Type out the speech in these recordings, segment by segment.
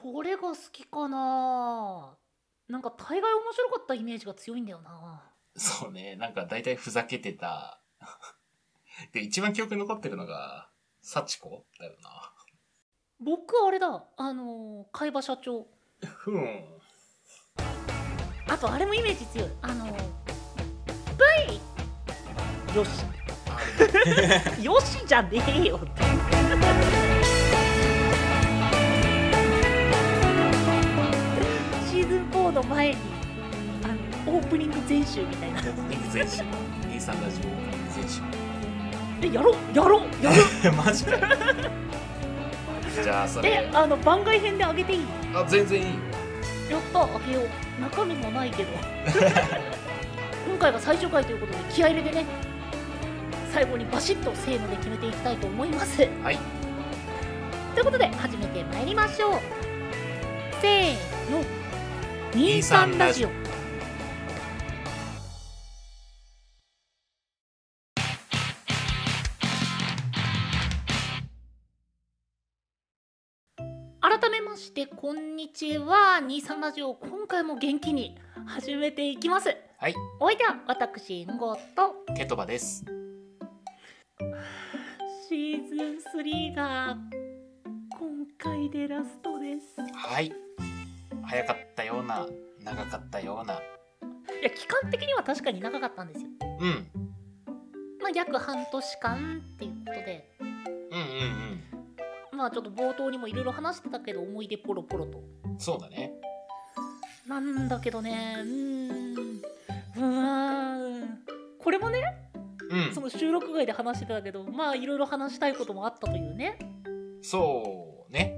どれが好きかななんか大概面白かったイメージが強いんだよなそうね、なんか大体ふざけてた。で、一番記憶に残ってるのが、サチコだよな。僕あれだあのー、海馬社長ふん。あとあれもイメージ強いあのー、ブイよしあよしじゃねえよってシーズン4の前にあのオープニング全集みたいなオープニング全集。A さんラジオオープニング全集。えやろやろやろマジかよ。じゃあ、そでれ。あの番外編であげていいあ、全然いいよ。やったあげよう中身もないけど 今回は最終回ということで気合い入れてね最後にバシッとせーので決めていきたいと思いますといはい。うことで始めてまいりましょうせーの23 23ララジジオオ改めましてこんにちは23ラジオ今回も元気に始めていきますはい。お相手は私んごとケトバです。シーズン3が今回でラストですはい。早かったような、長かったような。いや期間的には確かに長かったんですようん。まあ約半年間っていうことでうんうんまあちょっと冒頭にもいろいろ話してたけど思い出ポロポロとうん。そうだね。なんだけどねうーんうーんこれもねうんそ。の収録外で話してたけどまあいろいろ話したいこともあったというねそうね。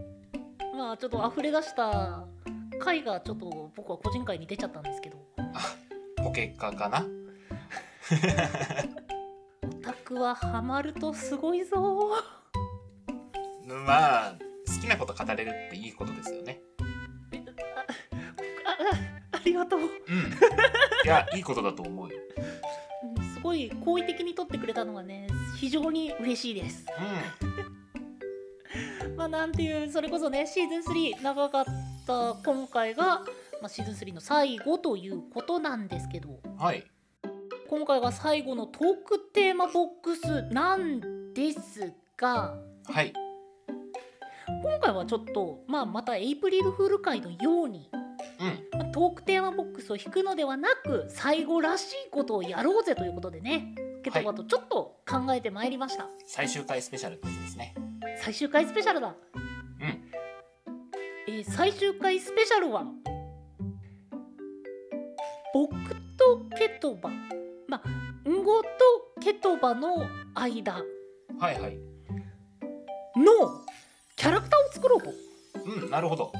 まあちょっと溢れ出した回がちょっと僕は個人会に出ちゃったんですけどあ、ポケカかなオタクはハマるとすごいぞまあ、好きなこと語れるっていいことですよね。ああありがとううん。いや、いいことだと思うよ。うんすごい好意的に取ってくれたのがね非常に嬉しいですうまあなんていうそれこそねシーズン3長かった今回が、まあ、シーズン3の最後ということなんですけどん。はい。今回が最後のトークテーマボックスなんですがはい。今回はちょっと、まあ、またエイプリルフール会のように、うん。まあトークテーマボックスを引くのではなく最後らしいことをやろうぜということでねケトバとちょっと考えてまいりました、最終回スペシャルってやつですね。最終回スペシャルだうん。えー最終回スペシャルは僕とケトバまあんごとケトバの間はいはい。のキャラクターを作ろうとうん、なるほど。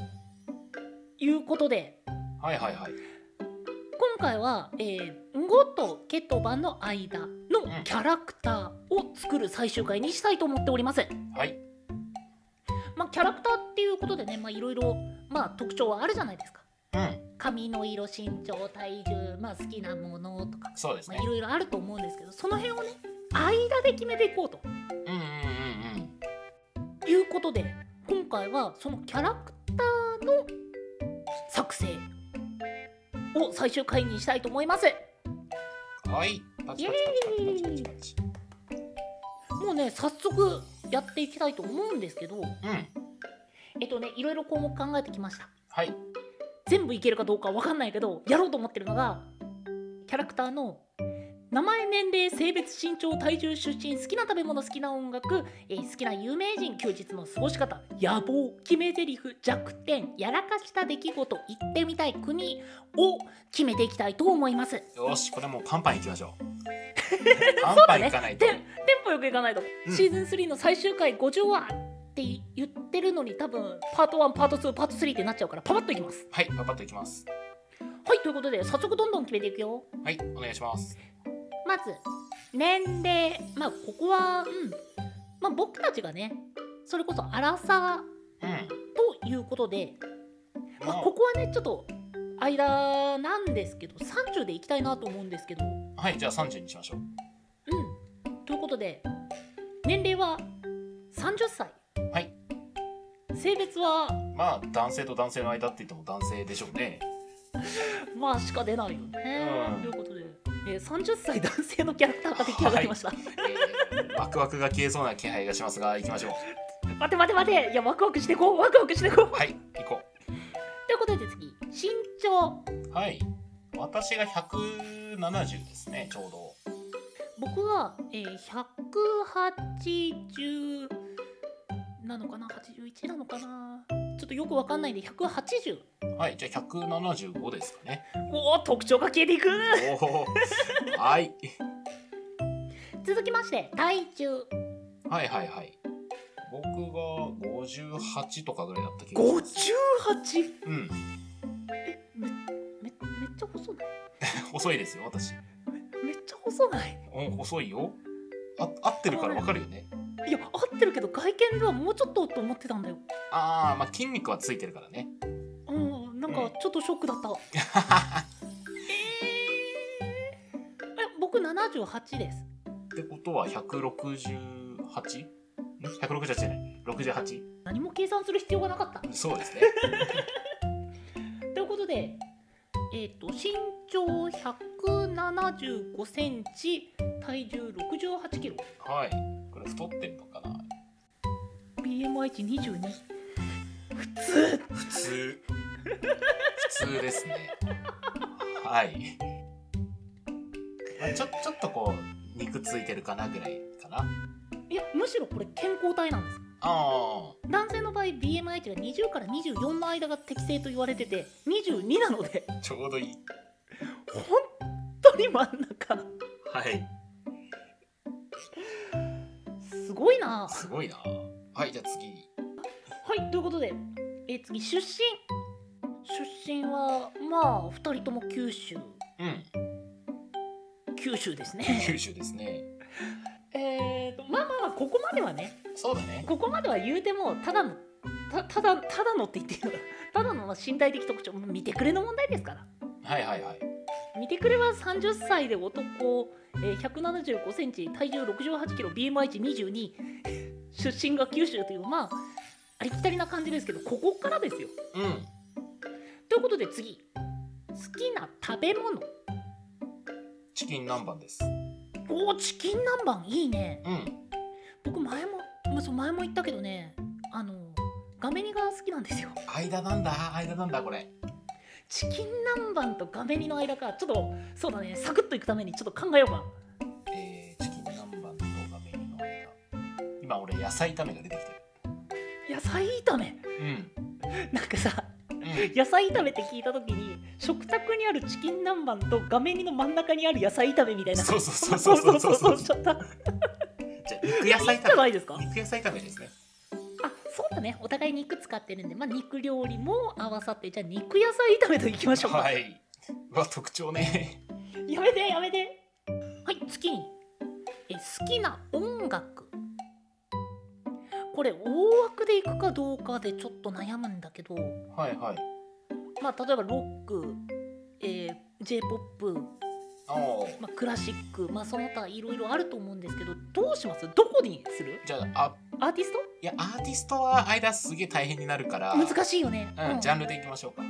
いうことではいはいはい。今回は、えー、んごとケトバの間のキャラクターを作る最終回にしたいと思っております。はい。まあ、キャラクターっていうことでねまあいろいろまあ特徴はあるじゃないですか。うん。髪の色身長体重、まあ、好きなものとかそうですまねあ、い。ろいろあると思うんですけどその辺をね間で決めていこうとうんうんうんいうことで今回はそのキャラクターの作成を最終回にしたいと思いますうん。はい。パチパチパチパチパチパチ。もうね早速やっていきたいと思うんですけどうん。えっとねいろいろ項目考えてきましたはい。全部いけるかどうかわかんないけどやろうと思ってるのがキャラクターの名前年齢性別身長体重出身好きな食べ物好きな音楽、えー好きな有名人休日の過ごし方野望決め台詞弱点やらかした出来事行ってみたい国を決めていきたいと思いますテよし、これもうパンパンいきま しょう。パンパンいかないと。そうだねンポよくいかないと、うんシーズン3の最終回50話って言ってるのに多分パート1パート2パート3ってなっちゃうからパパッといきますはい、パパッといきます。はいということで早速どんどん決めていくよはい、お願いします。まず年齢まあここはうんまあ僕たちがねそれこそ荒さうん。ということで、まあ、もここはねちょっと間なんですけど30でいきたいなと思うんですけどううはい、じゃあ30にしましょう。んということで年齢は30歳はい。性別はまあ男性と男性の間って言っても男性でしょうねまあしか出ないよね。うんということで、えー、30歳男性のキャラクターが出来上がりました。え ーワクワクが消えそうな気配がしますが行きましょう待て待て待ていやワクワクしてこうワクワクしてこうはい行こということで次身長うはい私が170ですねちょうど僕は、えー、180なのかな81なのかなちょっとよくわかんないんで180はいじゃあ175ですかねおお特徴が消えていくおおはい続きまして体重はいはいはい僕が58とかぐらいだった気がします 58? うんめめっちゃ細ない細いですよ私めっちゃ細ないうん細いよあ合ってるからわかるよねいや合ってるけど外見ではもうちょっとと思ってたんだよああまあ筋肉はついてるからねうんなんかちょっとショックだった、 え僕78ですってことは 168?168 じゃない68何も計算する必要がなかった。そうですねということで、えー、と身長175センチ体重68キロはいこれ太ってるのかな BMI 値22普通普通普通ですねはい、まあ、ちょちょっとこう肉ついてるかなぐらいかないやむしろこれ健康体なんですあ男性の場合 BMI 値が20から24の間が適正と言われてて22なのであちょうどいい本当に真ん中はいすごいなすごいなはいじゃあ次はいということで、えー次出身出身はまあ2人とも九州うん九州ですね九州ですねえーとまあまあまあここまではねそうだねここまでは言うてもただのたただただのって言ってるのが ただの身体的特徴もう見てくれの問題ですからはいはいはい見てくれは30歳で男、えー、175センチ体重68キロ BMI 値22 出身が九州というまあありきたりな感じですけどここからですようんということで次好きな食べ物チキン南蛮ですおーチキン南蛮いいねうん僕前も、まあ、そう前も言ったけどねあのガメニが好きなんですよ間なんだ間なんだこれチキン南蛮とガメニの間かちょっとそうだねサクッといくためにちょっと考えようかえー、チキン南蛮の画面の間今俺野菜炒めが出てきて野菜炒めるうんなんかさうん野菜炒めって聞いた時に食卓にあるチキン南蛮と画面にの真ん中にある野菜炒めみたいなそうそうそうそうそうそうそうそうそうそうちょっとじゃあ肉野いい菜んじゃ炒なめいですか肉野菜炒めですねあそうだねお互い肉使ってるんで、まあ、肉料理も合わさってじゃあ肉野菜炒めといきましょうか、はい。うわ特徴ね。やめてやめてはい次にえ好きな音楽これ大枠でいくかどうかでちょっと悩むんだけどはいはい。まあ例えばロック、えー、j p o p おまあ、クラシック、まあ、その他いろいろあると思うんですけどどうしますどこにするじゃああアーティストいやアーティストは間すげえ大変になるから。難しいよね、ううんんジャンルでいきましょうか。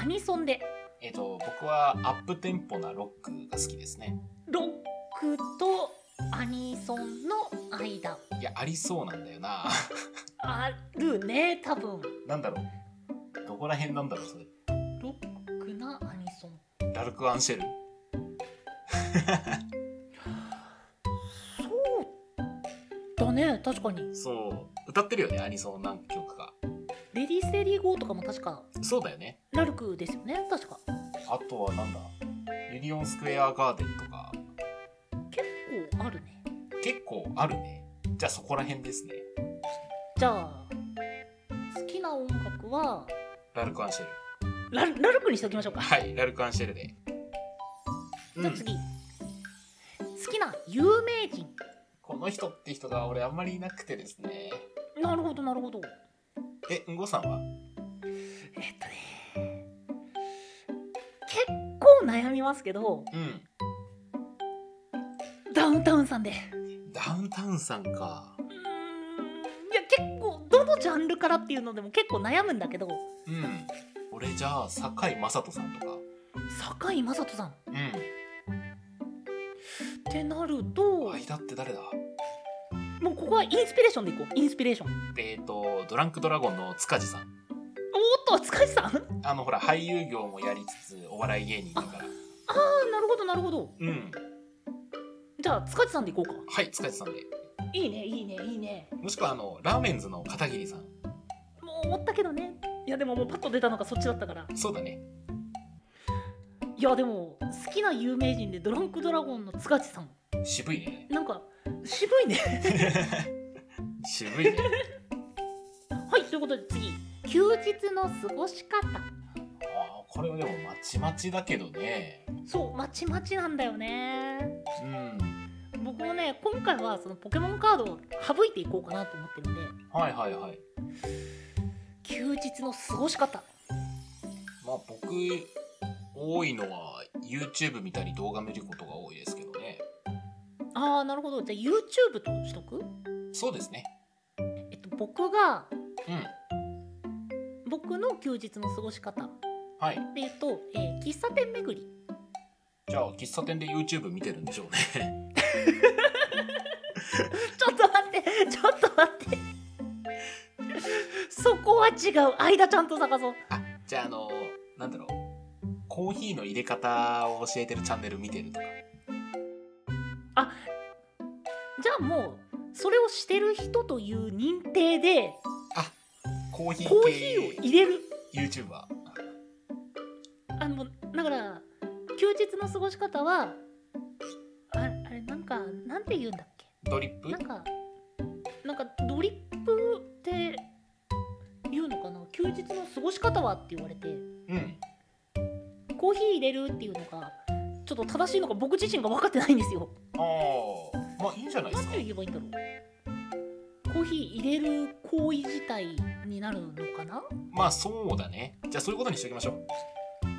アニソンでえっ、と僕はアップテンポなロックが好きですね。ロックとアニソンの間いやありそうなんだよな。 あるね多分なんだろう。どこら辺なんだろうそれ。ロックなアニソンラルクアンシェル。そうだね確かにそう歌ってるよねアニソン何曲か。レディー・セリー・ゴーとかも確かそうだよね。ラルクですよね確かあとはなんだ。ユニオンスクエアガーデンとか結構あるね結構あるね。じゃあそこら辺ですね。じゃあ好きな音楽はラルクアンシェル。ラルラルクにしておきましょうかはい、ラルクアンシェルで。うじゃあん、次、好きな有名人この人って人が俺あんまりいなくてですね。なるほどなるほどえ、うんごさんはえっとね結構悩みますけどうん。ダウンタウンさんでダウンタウンさんかう。ーんいや結構どのジャンルからっていうのでも結構悩むんだけどうん俺じゃあ堺雅人さんとか堺井雅人さんっうてなるとん間って誰だもうここはインスピレーションでいこうインスピレーションえっ、とドランクドラゴンの塚地さんおーっと塚地さんあーあのほら俳優業もやりつつお笑い芸人だからなるほどなるほどうんじゃあ塚地さんでいこうかはい塚地さんでいいねいいねいいねもしくはあのラーメンズの片桐さんもう思ったけどねいやでももうパッと出たのがそっちだったからそうだねいやでも好きな有名人でドランクドラゴンの塚地さん渋い ねなんか渋いね渋いねはいということで次休日の過ごし方あーこれはでもまちまちだけどねそうまちまちなんだよねうん僕もね今回はそのポケモンカードを省いていこうかなと思ってるんではいはいはい休日の過ごし方まあ僕多いのは YouTube 見たり動画見ることが多いですけどねあーなるほどじゃあ YouTube としとくそうですねえっと僕がうん僕の休日の過ごし方はいで言うと、えー喫茶店巡り じゃあ喫茶店で YouTube 見てるんでしょうね ちょっと待ってちょっと待って そこは違う間ちゃんと探そうあじゃああのなんだろうコーヒーの入れ方を教えてるチャンネル見てるとかじゃあもうそれをしてる人という認定でコーヒコーーヒーを入れる系 YouTuber あのだから休日の過ごし方はああれなんかなんて言うんだっけドリップなんかなんかドリップって言うのかな休日の過ごし方はって言われてうんコーヒー入れるっていうのがちょっと正しいのか僕自身が分かってないんですよ。ああまあいいんじゃないでなすんかて言えばいいんだろうコーヒー入れる行為自体になるのかなまあそうだねじゃあそういうことにしておきましょう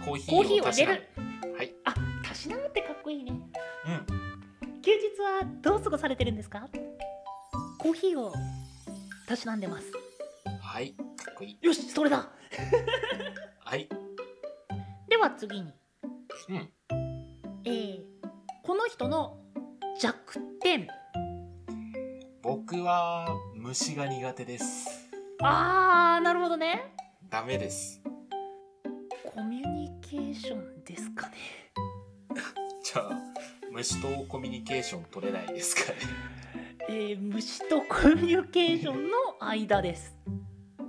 コーヒコーヒーーををた入しれなるむはいあたしなむってかっこいいねうん休日はどう過ごされてるんですかコーヒーをたしなんでますはいかっこいいよしそれだはいでは次にうんえー、この人の弱点僕は虫が苦手ですあーなるほどねダメですコミュニケーションですかねじゃあ虫とコミュニケーション取れないですかね えー、虫とコミュニケーションの間です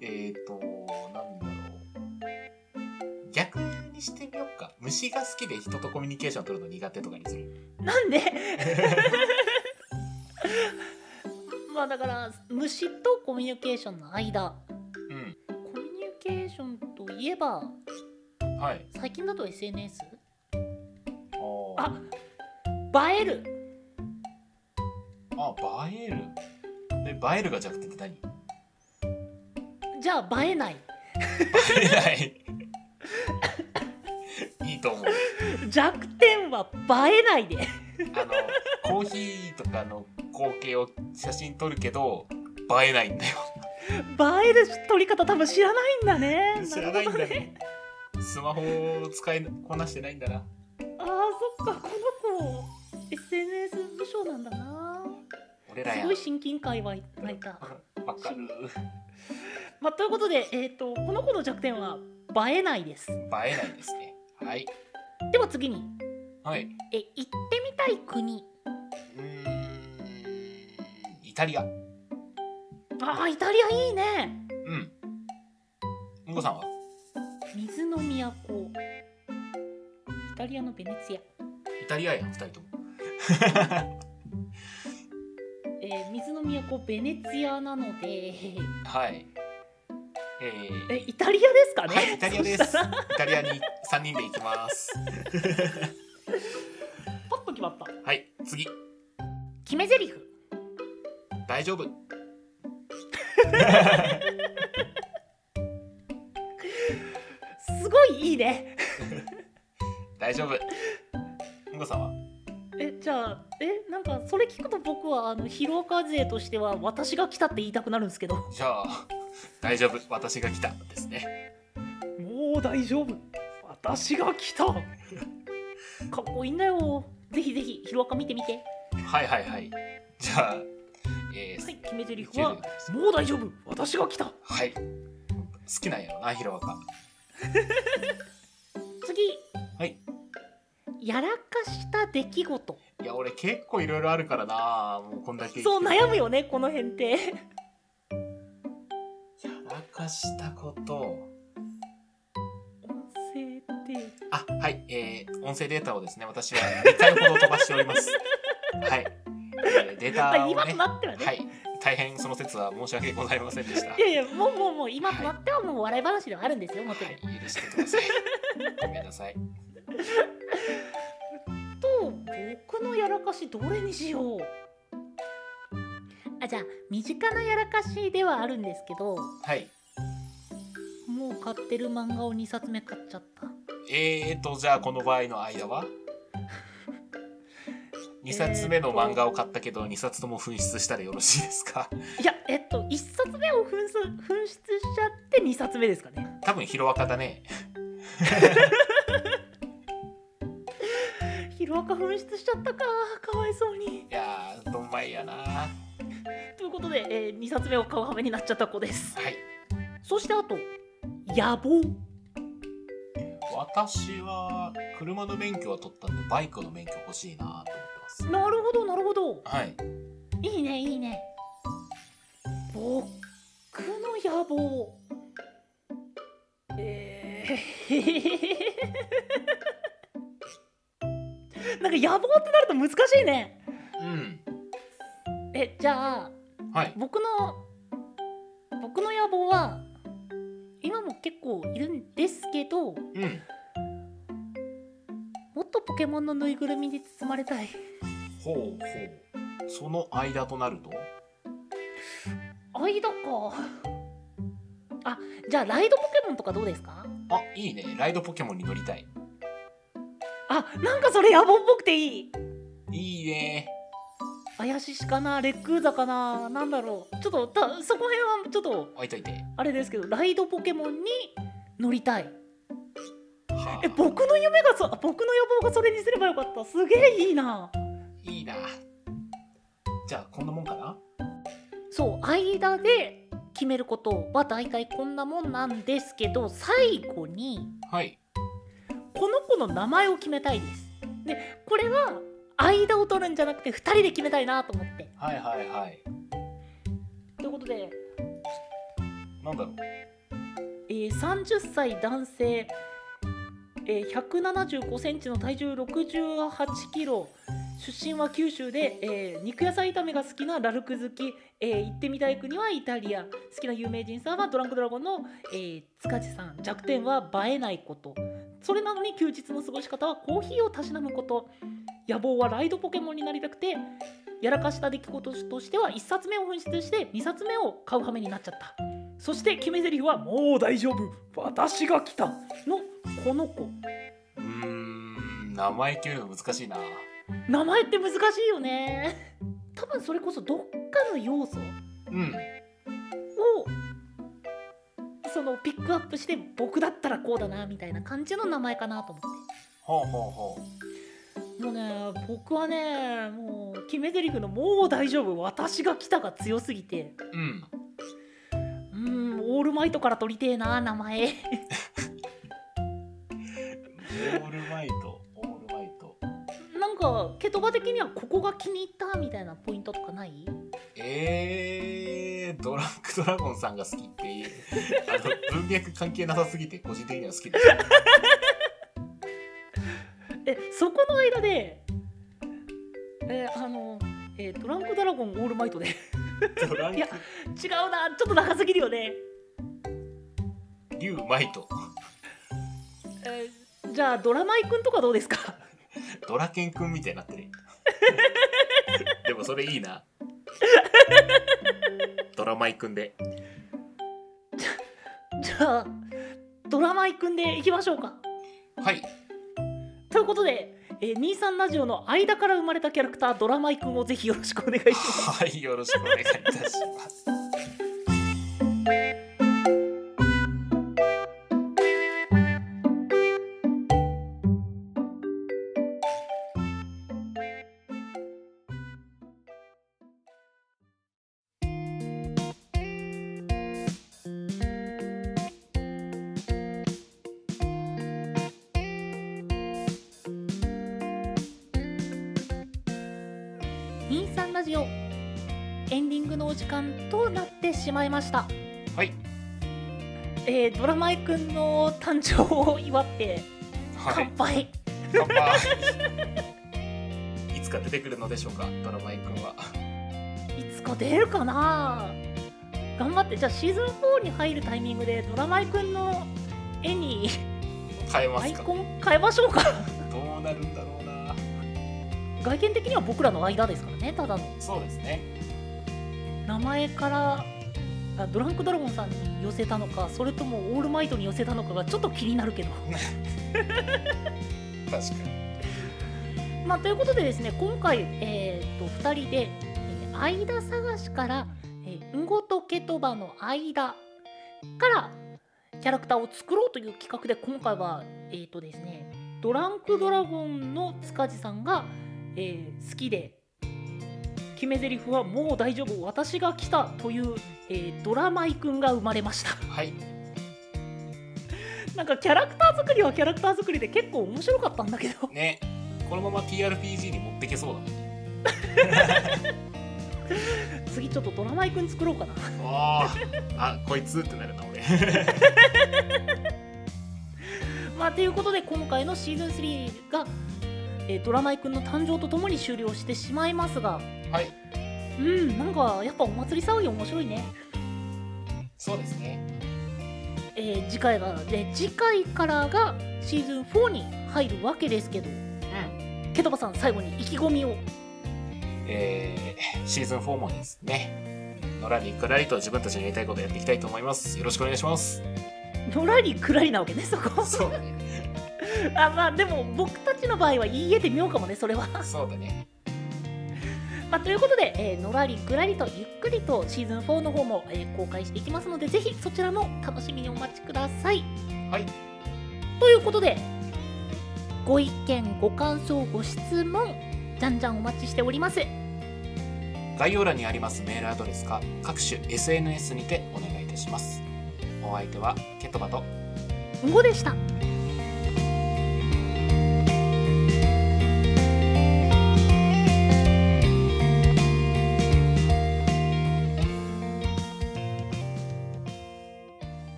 えっとなんだろう逆にしてみようか虫が好きで人とコミュニケーション取るの苦手とかにするなん でまあだから虫とコミュニケーションの間うんコミュニケーションといえばはい最近だと SNS あーあ映えるあ映えるで映えるが弱点って何 映じゃあ映えないえないいいと思う弱点は映えないであのコーヒーとかの光景を写真撮るけど映えないんだよ映える取り方多分知ら ないんだね知らないるんだほどねスマホを使いこなしてないんだなあーそっかこの子 SNS 無償なんだな俺らやすごい親近感湧いた、わかるまあ、ということで、えー、とこの子の弱点は映えないです映えないですねはいでは次にはいえ行ってみたい国うーんイタリアうあーイタリアいいねんうんこさんは水の都イタリアのベネツィア、イタリアやん二人ともえー水の都ベネツィアなのではいえーえイタリアですかね、はいイタリアでそすしイたらタリアに三人で行きますパッと決まったはい次決め台詞大丈夫すごいいいね大丈夫うんこさんはえじゃあえなんかそれ聞くと僕はあの広岡勢としては私が来たって言いたくなるんですけどじゃあ大丈夫私が来たですねもう大丈夫私が来たかっこいいんだよぜひぜひヒロアカ見てみてはいはいはいじゃあえーはい決め台詞九十は年ですもう大丈夫私が来たはい好きなんやろなヒロアカ次はいやらかした出来事いや俺結構いろいろあるからなもうこんだけそうや悩むよねこの辺ってらかしたこと音声であはいえー、音声データをですね私は2回ほど飛ばしておりますはい、えーデータあを今とねなってはね、はい大変その説は申し訳ございませんでしたいやいやもうもうもう今となってはもう笑い話ではあるんですよもちろん、はい、許してください。ごめんなさい。と僕のやらかしどれにしようあじゃあ身近なやらかしではあるんですけどはい。もう買ってる漫画を2冊目買っちゃったえーと、じゃあこの場合の間は ?2 冊目の漫画を買ったけど、2冊とも紛失したらよろしいですか いやえっと1冊目を紛失紛失しちゃって2冊目ですかね多分、ヒロアカだね。ヒロアカ紛失しちゃったかかわいそうにいやー、どんまいやなはということで、え2冊目を買う羽目になっちゃった子ですい。そしてあと野望私は、車の免許は取ったんで、バイクの免許欲しいなと思ってます。なるほどなるほどはい。いいねいいね僕の野望えー なんか野望ってなると難しいねうん。えじゃあはい。僕の僕の野望は今も結構いるんですけどもうん。っとポケモンのぬいぐるみに包まれたいほうほう。その間となると間かあじゃあライドポケモンとかどうですかあ、いいね。ライドポケモンに乗りたい。あなんかそれ野望っぽくていいいいね怪ししかなレックーザかななんだろうちょっとたそこ辺はちょっと置いといて。あれですけどライドポケモンに乗りたいはあえ僕の夢がそ僕の野望がそれにすればよかったすげえいいないいな。じゃあこんなもんかな。そう間で決めることは大体こんなもんなんですけど最後にはい。この子の名前を決めたいですでこれは間を取るんじゃなくて2人で決めたいなと思ってはいはいはい。ということで、なんだろう。えー30歳男性、えー175センチの体重68キロ出身は九州で、えー肉野菜炒めが好きなラルク好き、えー行ってみたい国はイタリア好きな有名人さんはドランクドラゴンの、えー塚地さん弱点は映えないことそれなのに休日の過ごし方はコーヒーをたしなむこと野望はライドポケモンになりたくてやらかした出来事としては1冊目を紛失して2冊目を買う羽目になっちゃったそして決め台詞は「もう大丈夫私が来た」のこの子うーん、名前決めるの難しいな。名前って難しいよね多分それこそどっかの要素うん。をそのピックアップして僕だったらこうだなみたいな感じの名前かなと思っほうほうほてもうね僕はねもう決め台詞の「もう大丈夫私が来た」が強すぎてう。うん。うーんオールマイトから取りてえな名前 オールマイト、オールマイト。なんかケトバ的にはここが気に入ったみたいなポイントとかないえー、ドランクドラゴンさんが好きっていう。 あの、文脈関係なさすぎて個人的には好きです。えそこの間でえーあの、えードランクドラゴンオールマイトで 違ドランいやうなちょっと長すぎるよね、ク、リュウマイト。えーじゃあドラマイくんとかどうですか ドラケンくんみたいになって る。でもそれいいな。ドラマイくんで。じゃあドラマイくんでいきましょうかはい。ということで、えー、23ラジオの間から生まれたキャラクタードラマイくんをぜひよろしくお願いしますはい、よろしくお願いいたします。インサンラジオエンディングのお時間となってしまいました、はいえー、ドラマイくんの誕生を祝っては乾い杯、、乾杯いつか出てくるのでしょうかドラマイ君はいつか出るかな頑張ってじゃあシーズン4に入るタイミングでドラマイくんの絵に変えまアすイかコン変えましょうかどうなるんだろうな外見的には僕らの間ですからねただのそうですね名前からあドランクドラゴンさんに寄せたのかそれともオールマイトに寄せたのかがちょっと気になるけど確かにまあ、ということでですね今回、えーと2人で、えー間探しから「えー、んごとけとばの間」からキャラクターを作ろうという企画で今回はえーとですねドランクドラゴンの塚地さんが、えー好きで決め台詞は「もう大丈夫私が来た」という、えードラマイくんが生まれました はいなんかキャラクター作りはキャラクター作りで結構面白かったんだけどねこのまま TRPG に持ってけそうだね次ちょっとドラマイくん作ろうかなあー あこいつってなるな俺まあ、ということで今回のシーズン3が、えードラマイくんの誕生とともに終了してしまいますがはいうんなんかやっぱお祭り騒ぎ面白いね、そうですねえー次回がで次回からがシーズン4に入るわけですけどうんケトバさん最後に意気込みをえー、シーズン4もですね野良にくらりと自分たちのやりたいことをやっていきたいと思いますよろしくお願いしますのらりくらりなわけねそこそうだねあまあでも僕たちの場合は言い得てみようかもねそれは そうだねまあ、ということで、えーのらりくらりとゆっくりとシーズン4の方も、えー公開していきますのでぜひそちらも楽しみにお待ちください。はいということでご意見ご感想ご質問じゃんじゃんお待ちしております。概要欄にありますメールアドレスか各種 SNS にてお願いいたしますお相手はケトバとんごでした